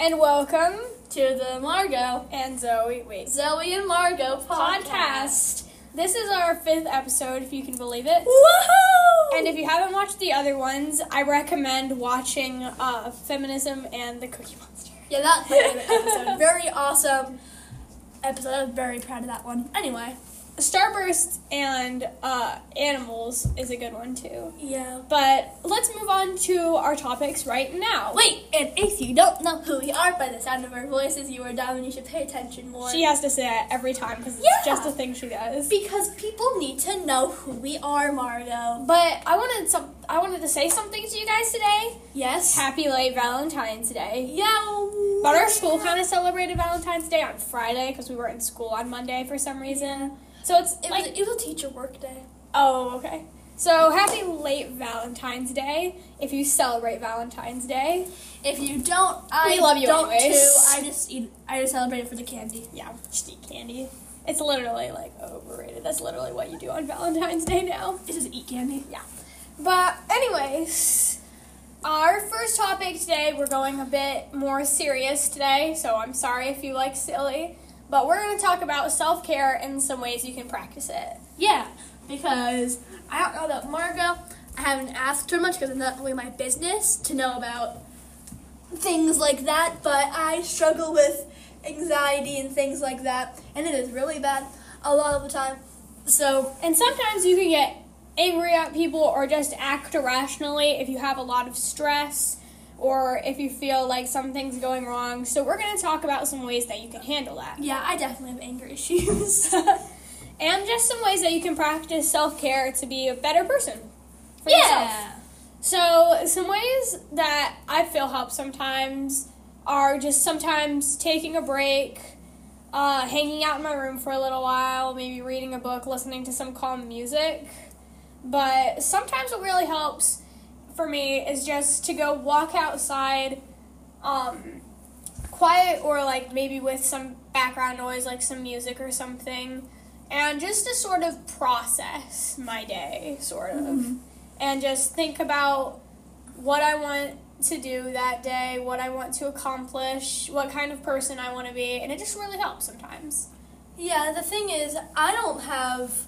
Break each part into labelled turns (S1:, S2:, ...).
S1: And welcome
S2: to the Margot,
S1: and Zoe. Wait,
S2: Zoe and Margot podcast.
S1: podcast. This is our fifth episode, if you can believe it.
S2: Woohoo!
S1: And if you haven't watched the other ones, I recommend watching uh, Feminism and the Cookie Monster.
S2: yeah, that's my favorite episode. Very awesome episode. I'm very proud of that one. Anyway,
S1: Starburst and uh, Animals is a good one too.
S2: yeah.
S1: But let's move on to our topics right now.
S2: Wait, and if you don't know who we are by the sound of our voices, you are dumb and you should pay attention more.
S1: She has to say that every time because it's
S2: Yeah.
S1: just a thing she does.
S2: because people need to know who we are, Margot.
S1: But I wanted some. I wanted to say something to you guys today.
S2: Yes.
S1: Happy late Valentine's Day.
S2: Yo.
S1: But our school kind of celebrated Valentine's Day on Friday because we were in school on Monday for some reason. So it's
S2: It was,
S1: like,
S2: it was a teacher work day.
S1: oh, okay. So happy late Valentine's Day if you celebrate Valentine's Day.
S2: If you don't, I
S1: love you
S2: don't
S1: anyways.
S2: too. I just eat. I just celebrate it for the candy.
S1: Yeah, just eat candy. It's literally like overrated. That's literally what you do on Valentine's Day now.
S2: It's just eat candy.
S1: But, anyways, our first topic today, we're going a bit more serious today, so I'm sorry if you like silly. But we're going to talk about self care and some ways you can practice it.
S2: Yeah, because I don't know about Margot. I haven't asked her much because it's not really my business to know about things like that. But I struggle with anxiety and things like that, and it is really bad a lot of the time. So
S1: And sometimes you can get angry at people or just act irrationally if you have a lot of stress or if you feel like something's going wrong. So, we're going to talk about some ways that you can handle that.
S2: yeah, I definitely have anger issues.
S1: and just some ways that you can practice self care to be a better person for yourself.
S2: yeah.
S1: So, some ways that I feel help sometimes are just sometimes taking a break, uh, hanging out in my room for a little while, maybe reading a book, listening to some calm music. But sometimes what really helps for me is just to go walk outside, um, quiet or like maybe with some background noise, like some music or something, and just to sort of process my day, sort of, and just think about what I want to do that day, what I want to accomplish, what kind of person I want to be, and it just really helps sometimes.
S2: Yeah, the thing is, I don't have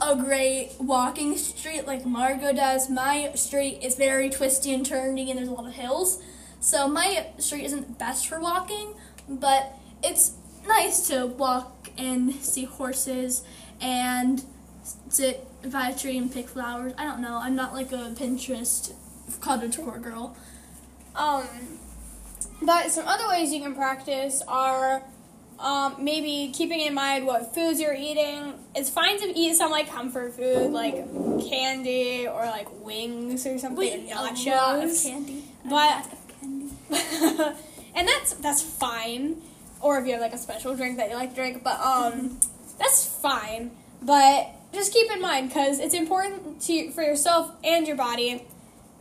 S2: a great walking street like Margot does. My street is very twisty and turny, and there's a lot of hills. So my street isn't the best for walking, but it's nice to walk and see horses and sit by a tree and pick flowers. I don't know. I'm not like a Pinterest cottage tour girl.
S1: Um, but some other ways you can practice are um, maybe keeping in mind what foods you're eating. It's fine to eat some like comfort food, like candy or like wings or something,
S2: Wait,
S1: or
S2: a lot of
S1: nachos.
S2: candy.
S1: But-
S2: A lot of candy.
S1: and that's that's fine. Or if you have like a special drink that you like to drink, but
S2: Mm-hmm.
S1: um, that's fine. But just keep in mind because it's important to for yourself and your body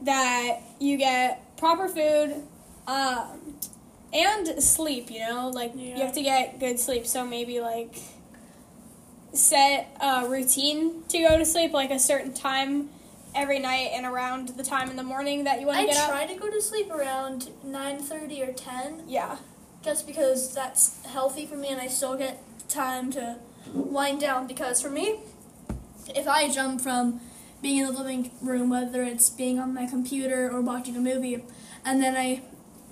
S1: that you get proper food, um, and sleep. You know, like you
S2: Yeah.
S1: have to get good sleep. So maybe like set a routine to go to sleep, like a certain time every night and around the time in the morning that you want to
S2: I
S1: get up.
S2: try to go to sleep around 9:30 or 10
S1: Yeah.
S2: just because that's healthy for me and I still get time to wind down because for me if I jump from being in the living room whether it's being on my computer or watching a movie and then I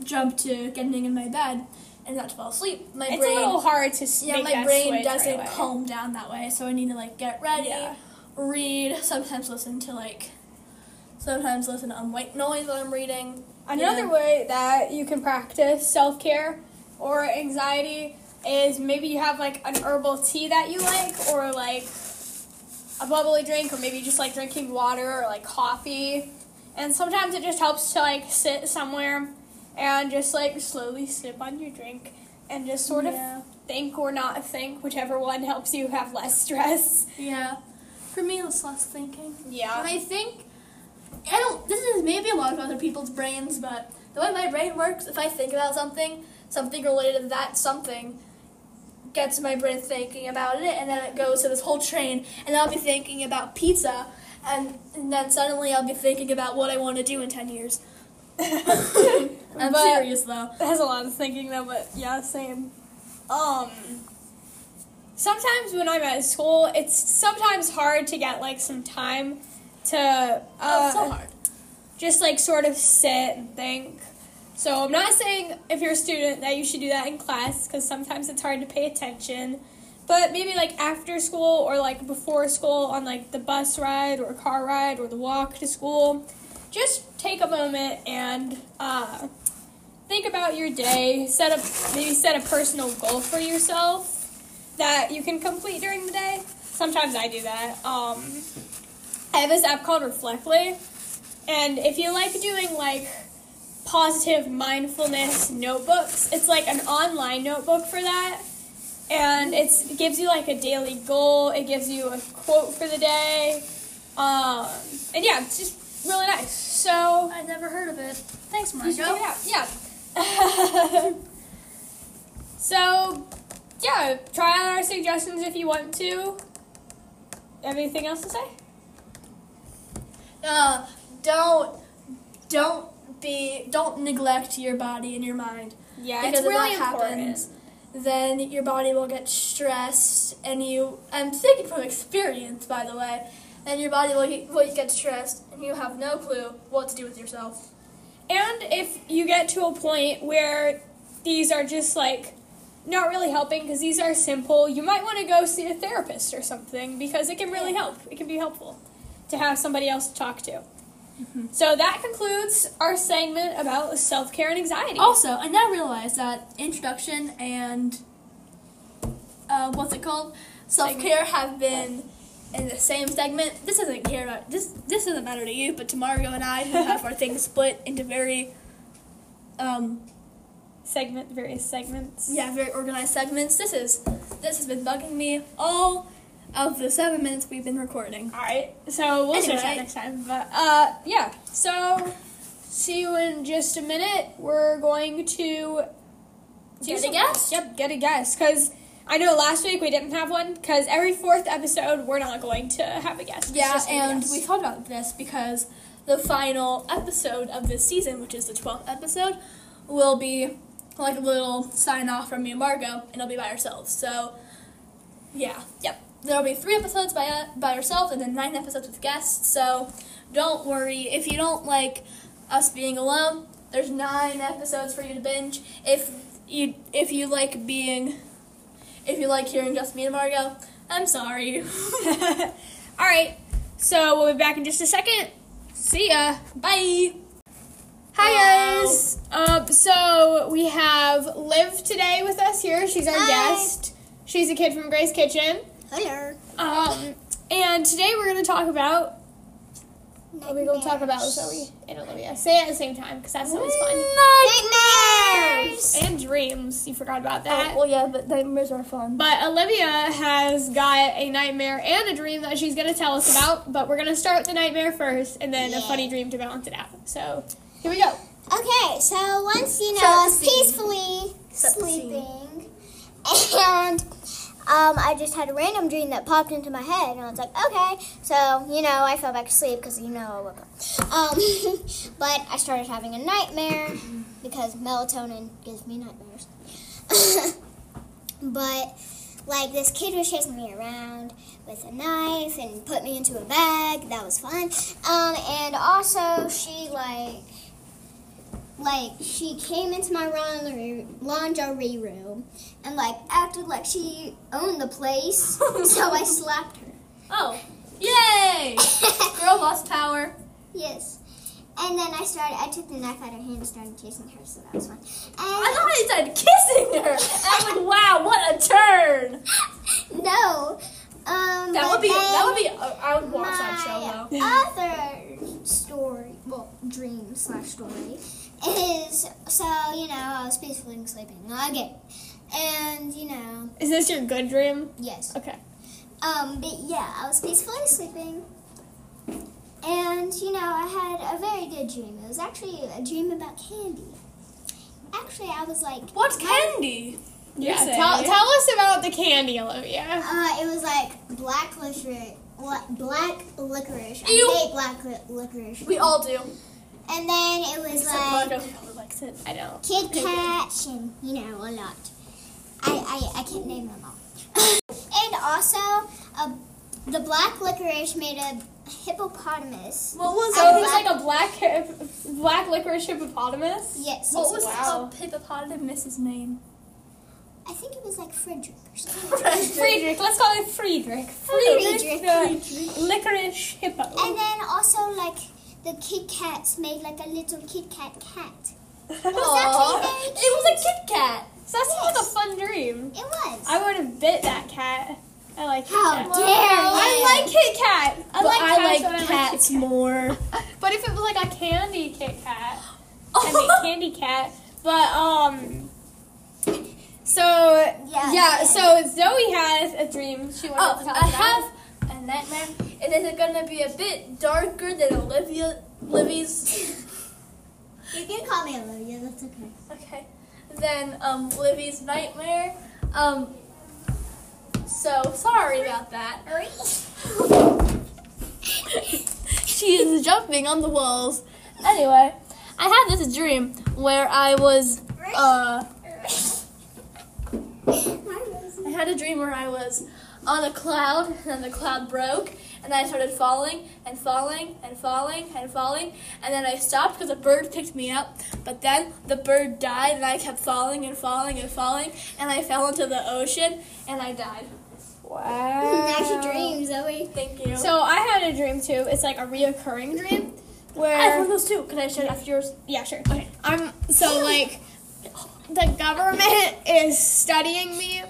S2: jump to getting in my bed and not to fall asleep my
S1: it's
S2: brain
S1: a little hard to s-
S2: yeah
S1: make
S2: my
S1: that
S2: brain
S1: switch
S2: doesn't
S1: right away.
S2: calm down that way so I need to like get ready
S1: Yeah.
S2: read sometimes listen to like sometimes listen to um, white noise while I'm reading
S1: Another
S2: Yeah.
S1: way that you can practice self care or anxiety is maybe you have like an herbal tea that you like, or like a bubbly drink, or maybe just like drinking water or like coffee. And sometimes it just helps to like sit somewhere and just like slowly sip on your drink and just sort of
S2: Yeah.
S1: think or not think, whichever one helps you have less stress.
S2: Yeah. For me, it's less thinking. And
S1: Yeah.
S2: I think, I don't, this is maybe a lot of other people's brains, but the way my brain works, if I think about something, something related to that something gets my brain thinking about it, and then it goes to this whole train, and I'll be thinking about pizza, and, and then suddenly I'll be thinking about what I want to do in 10 years. I'm
S1: But-
S2: serious though.
S1: That has a lot of thinking though, but yeah, same. Um, sometimes when I'm at school, it's sometimes hard to get like some time to uh,
S2: oh, so hard.
S1: just like sort of sit and think. So I'm not saying if you're a student that you should do that in class because sometimes it's hard to pay attention. But maybe like after school or like before school on like the bus ride or car ride or the walk to school, just take a moment and uh, think about your day. Set up maybe set a personal goal for yourself that you can complete during the day. Sometimes I do that. Um, I have this app called Reflectly. And if you like doing like positive mindfulness notebooks, it's like an online notebook for that. And it's, it gives you like a daily goal, it gives you a quote for the day. Um, and yeah, it's just really nice. So,
S2: I never heard of it. Thanks,
S1: you should check
S2: Margo.
S1: it out. Yeah. so, yeah, try out our suggestions if you want to. Anything else to say?
S2: Uh, don't, don't be, don't neglect your body and your mind.
S1: Yeah,
S2: Because
S1: it's
S2: if
S1: really
S2: that
S1: important.
S2: happens, then your body will get stressed, and you. I'm thinking from experience, by the way. And your body will get- will get stressed, and you have no clue what to do with yourself.
S1: And if you get to a point where these are just like not really helping because these are simple, you might want to go see a therapist or something because it can really help. It can be helpful to have somebody else to talk to.
S2: Mm-hmm.
S1: So that concludes our segment about self care and anxiety.
S2: Also, I now realize that introduction and uh, what's it called self care have been in the same segment. This doesn't care about this. This doesn't matter to you, but to Mario and I, who have our things split into very, um,
S1: segment various segments.
S2: yeah, very organized segments. This is this has been bugging me all of the seven minutes we've been recording.
S1: All right. So we'll
S2: Anyway.
S1: switch that next time. But uh, yeah. So see you in just a minute. We're going to do
S2: Get a
S1: some-
S2: guess?
S1: Yep, get a guess. Because I know last week we didn't have one. Because every fourth episode we're not going to have a guest. It's
S2: Yeah,
S1: just gonna be
S2: and
S1: us.
S2: we thought about this because the final episode of this season, which is the 12th episode, will be like a little sign off from me and Margo, and it'll be by ourselves. So, yeah, yep. There'll be three episodes by uh, by ourselves, and then nine episodes with guests. So, don't worry if you don't like us being alone. There's nine episodes for you to binge. If you if you like being, if you like hearing just me and Margo, I'm sorry.
S1: All right. So we'll be back in just a second. See ya. Bye. Hi
S2: Hello.
S1: guys. Um, so we have Liv today with us here. She's our
S2: Hi.
S1: guest. She's a kid from Grace Kitchen.
S3: Hello.
S1: Um, and today we're going to talk about. Are we going to talk about Zoe and Olivia? Say it at the same time because that's always fun.
S3: Nightmares.
S1: And dreams. You forgot about
S2: Oh,
S1: that.
S2: well, yeah, but nightmares are fun.
S1: But Olivia has got a nightmare and a dream that she's going to tell us about. But we're going to start with the nightmare first and then a
S3: Yeah.
S1: funny dream to balance it out. So here we go.
S3: Okay, so once you know
S2: Set the
S3: I was
S2: scene.
S3: peacefully
S2: Set the scene.
S3: sleeping, and um, I just had a random dream that popped into my head, and I was like, okay, so you know I fell back to sleep because you know I woke up. Um, but I started having a nightmare because melatonin gives me nightmares. but like this kid was chasing me around with a knife and put me into a bag. That was fun. Um, and also she like like she came into my laundry lingerie room and like acted like she owned the place, so I slapped her.
S2: Oh, yay! Girl lost power.
S3: yes. And then I started. I took the knife out of her hand and started chasing her, so that was fun.
S2: I
S3: And
S2: thought he said kissing her. I was like, wow, what a turn!
S3: no, um,
S2: That
S3: but
S2: would be. That
S3: then
S2: would be. I would watch that show though.
S3: My other story, well, dream slash story, is so you know I was peacefully sleeping again, and you know
S1: Is this your good dream?
S3: yes,
S1: Okay.
S3: Um, but yeah, I was peacefully sleeping. And, you know, I had a very good dream. It was actually a dream about candy. Actually, I was like,
S2: What's candy?
S1: Yeah.
S2: say.
S1: Tell, tell us about the candy, Olivia.
S3: uh, it was like black licorice. li- Black licorice. I
S2: Ew.
S3: hate black li- licorice.
S2: We all do.
S3: And then it was
S2: Except
S3: like
S2: Margo, who probably
S1: likes it. I don't.
S3: Kit Kat, and you know a lot. I, I, I can't name them all. and also, uh, the black licorice made a hippopotamus.
S2: What was
S1: So
S3: Oh,
S1: it was
S3: black-
S1: like a black hip- black licorice hippopotamus.
S3: Yes.
S2: What was
S1: Wow.
S2: the hippopotamus's name?
S3: I think it was like Frederick or something.
S2: Frederick.
S1: Friedrich. Let's call it Friedrich.
S3: Friedrich.
S1: Friedrich. the licorice hippo.
S3: And then also like the Kit Kats made like a little Kit Kat cat.
S1: Oh,
S2: Aw.
S3: actually
S2: It was a Kit Kat.
S1: So that sounds like a fun dream.
S3: It was.
S1: I would have bit that cat. I like Kit
S3: How
S1: Kat.
S3: dare you!
S1: I like Kit Kat. I
S2: But
S1: like cats,
S2: I
S1: but I
S2: like
S1: like
S2: cats
S1: Kit Kat.
S2: more.
S1: But if it was like a candy Kit Kat,
S2: Oh.
S1: I mean candy cat. But um, so yeah,
S3: Yeah, yeah.
S1: So Zoe has a dream she wanted
S2: Oh,
S1: to talk
S2: I
S1: about.
S2: have a nightmare, and it's gonna be a bit darker than Olivia, Livy's.
S3: You can call me Olivia. That's okay.
S2: Okay, than um Livy's nightmare. Um, so sorry about that. she is jumping on the walls. Anyway, I had this dream where I was
S1: Oh.
S2: uh. I had a dream where I was on a cloud and the cloud broke and I started falling and falling and falling and falling and then I stopped because a bird picked me up but then the bird died and I kept falling and falling and falling and I fell into the ocean and I died.
S1: Wow.
S3: That's your dream, Zoe.
S2: Thank you.
S1: So I had a dream too. It's like a reoccurring dream
S2: I have
S1: where
S2: one of those too. Can I share it after yours?
S1: Yeah, sure. Okay. I'm so like the government is studying me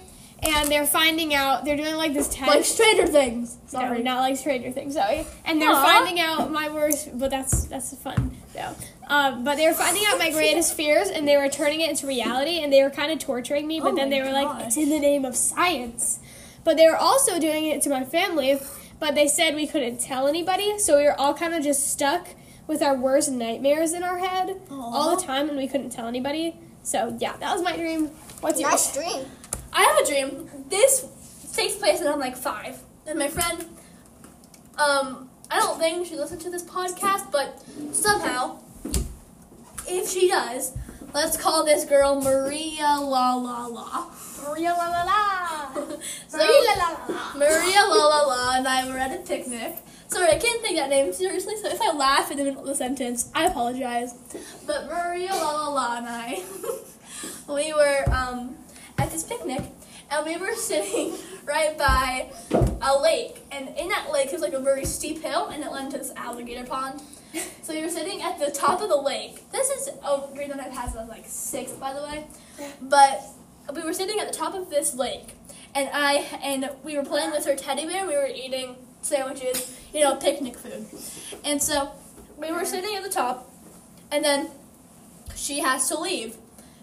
S1: and they're finding out they're doing like this test.
S2: Like Stranger Things.
S1: No,
S2: Sorry.
S1: not like Stranger Things, Zoe. And they're
S2: Aw.
S1: finding out my worst but that's that's fun though. Um, but they were finding out my greatest fears and they were turning it into reality and they were kind of torturing me, but
S2: Oh
S1: then
S2: my
S1: they were
S2: gosh.
S1: like, It's in the name of science. But they were also doing it to my family, but they said we couldn't tell anybody, so we were all kind of just stuck with our worst nightmares in our head all the time, and we couldn't tell anybody. So yeah, that was my dream. What's yours?
S3: Nice dream.
S2: I have a dream. This takes place when I'm like five, and my friend, um, I don't think she listens to this podcast, but somehow, if she does, let's call this girl Maria La La La.
S1: Maria la la la.
S2: So, Maria La La La and I were at a picnic. Sorry, I can't think that name seriously. So if I laugh in the middle of the sentence, I apologize. But Maria La La La and I, we were um, at this picnic, and we were sitting right by a lake. And in that lake is like a very steep hill, and it led to this alligator pond. So we were sitting at the top of the lake. This is a green that I've had since I was like six, by the way. But we were sitting at the top of this lake, and I and we were playing with her teddy bear. We were eating sandwiches, you know, picnic food. And so we were sitting at the top, and then she has to leave.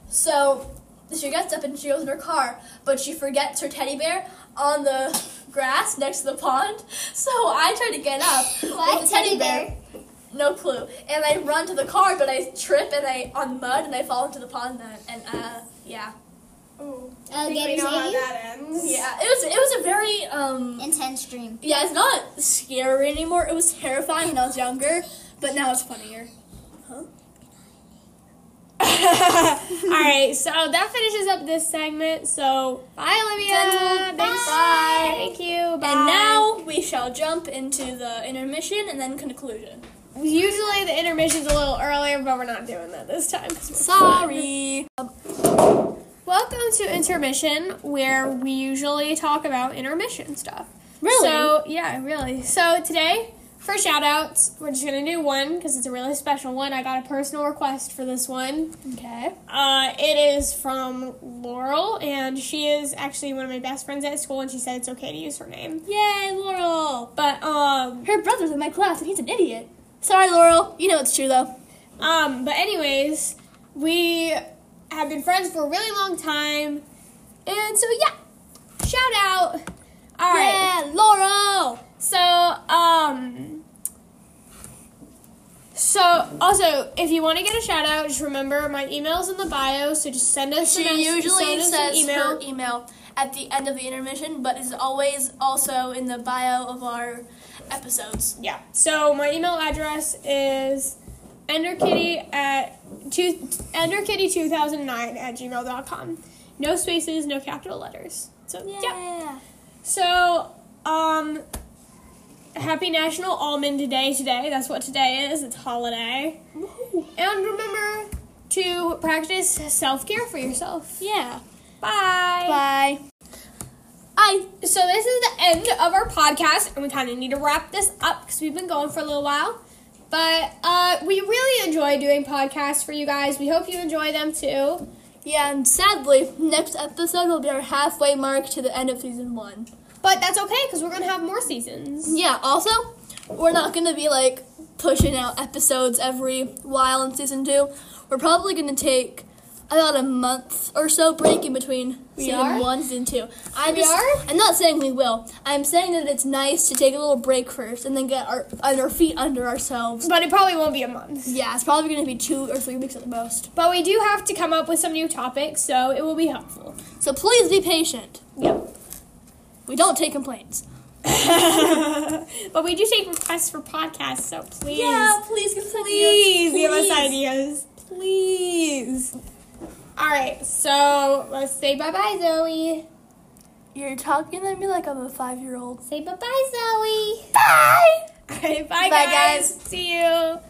S2: So she gets up and she goes in her car, but she forgets her teddy bear on the grass next to the pond. So I try to get up
S3: Why
S2: with the teddy bear. No clue. And I run to the car, but I trip and I on mud and I fall into the pond. And, and uh, yeah,
S1: Ooh, Oh,
S3: Uh,
S1: I think we
S3: Alligators
S1: know how
S3: ate you?
S1: that ends.
S2: yeah. It was it was a very um.
S3: Intense dream.
S2: Yeah, it's not scary anymore. It was terrifying when I was younger, but now it's funnier.
S1: All right, so that finishes up this segment. So bye, Olivia.
S2: Done.
S1: Thanks.
S2: Bye.
S1: Thank you. Bye.
S2: And now we shall jump into the intermission and then conclusion.
S1: usually the intermission's a little earlier, but we're not doing that this time. 'cause we're
S2: Sorry.
S1: Welcome to intermission, where we usually talk about intermission stuff.
S2: Really?
S1: So yeah, really. So today, for shout outs, we're just gonna do one because it's a really special one. I got a personal request for this one.
S2: Okay.
S1: Uh, it is from Laurel, and she is actually one of my best friends at school, and she said it's okay to use her name.
S2: Yay, Laurel.
S1: But um,
S2: Her brother's in my class and he's an idiot. Sorry, Laurel. You know it's true though.
S1: um, but anyways, we have been friends for a really long time, and so yeah, shout out. All right.
S2: Yeah, Laurel.
S1: So, um, so also, if you want to get a shout out, just remember my email's in the bio. So just send us.
S2: She
S1: a mess-
S2: usually
S1: send us an
S2: says
S1: email.
S2: her email at the end of the intermission, but is always also in the bio of our episodes.
S1: Yeah. So my email address is Ender Kitty at two, enderkitty 2009 at gmail.com. No spaces, no capital letters. So, yeah.
S3: Yeah.
S1: So, um, happy National Almond Day today. That's what today is. It's holiday. And remember to practice self care for yourself.
S2: Yeah.
S1: Bye.
S2: Bye.
S1: I so this is the end of our podcast, and we kind of need to wrap this up because we've been going for a little while. But uh, we really enjoy doing podcasts for you guys. We hope you enjoy them too.
S2: Yeah, and sadly, next episode will be our halfway mark to the end of season one.
S1: But that's okay because we're gonna have more seasons.
S2: Yeah, also, we're not going to be like pushing out episodes every while in season two. We're probably going to take about a month or so break in between
S1: We
S2: season
S1: are?
S2: one, season two. I'm
S1: We
S2: just,
S1: are?
S2: I'm not saying we will. I'm saying that it's nice to take a little break first and then get our, our feet under ourselves.
S1: But it probably won't be a month.
S2: Yeah, it's probably going to be two or three weeks at the most.
S1: But we do have to come up with some new topics, so it will be helpful.
S2: So please be patient.
S1: Yep.
S2: We don't take complaints.
S1: but we do take requests for podcasts, so please,
S2: please give us
S1: please, give us ideas, please. All right, so let's say bye bye, Zoe.
S2: You're talking to me like I'm a five year old.
S1: Say bye bye, Zoe.
S2: Bye!
S1: All right, bye,
S2: Bye,
S1: guys. See you.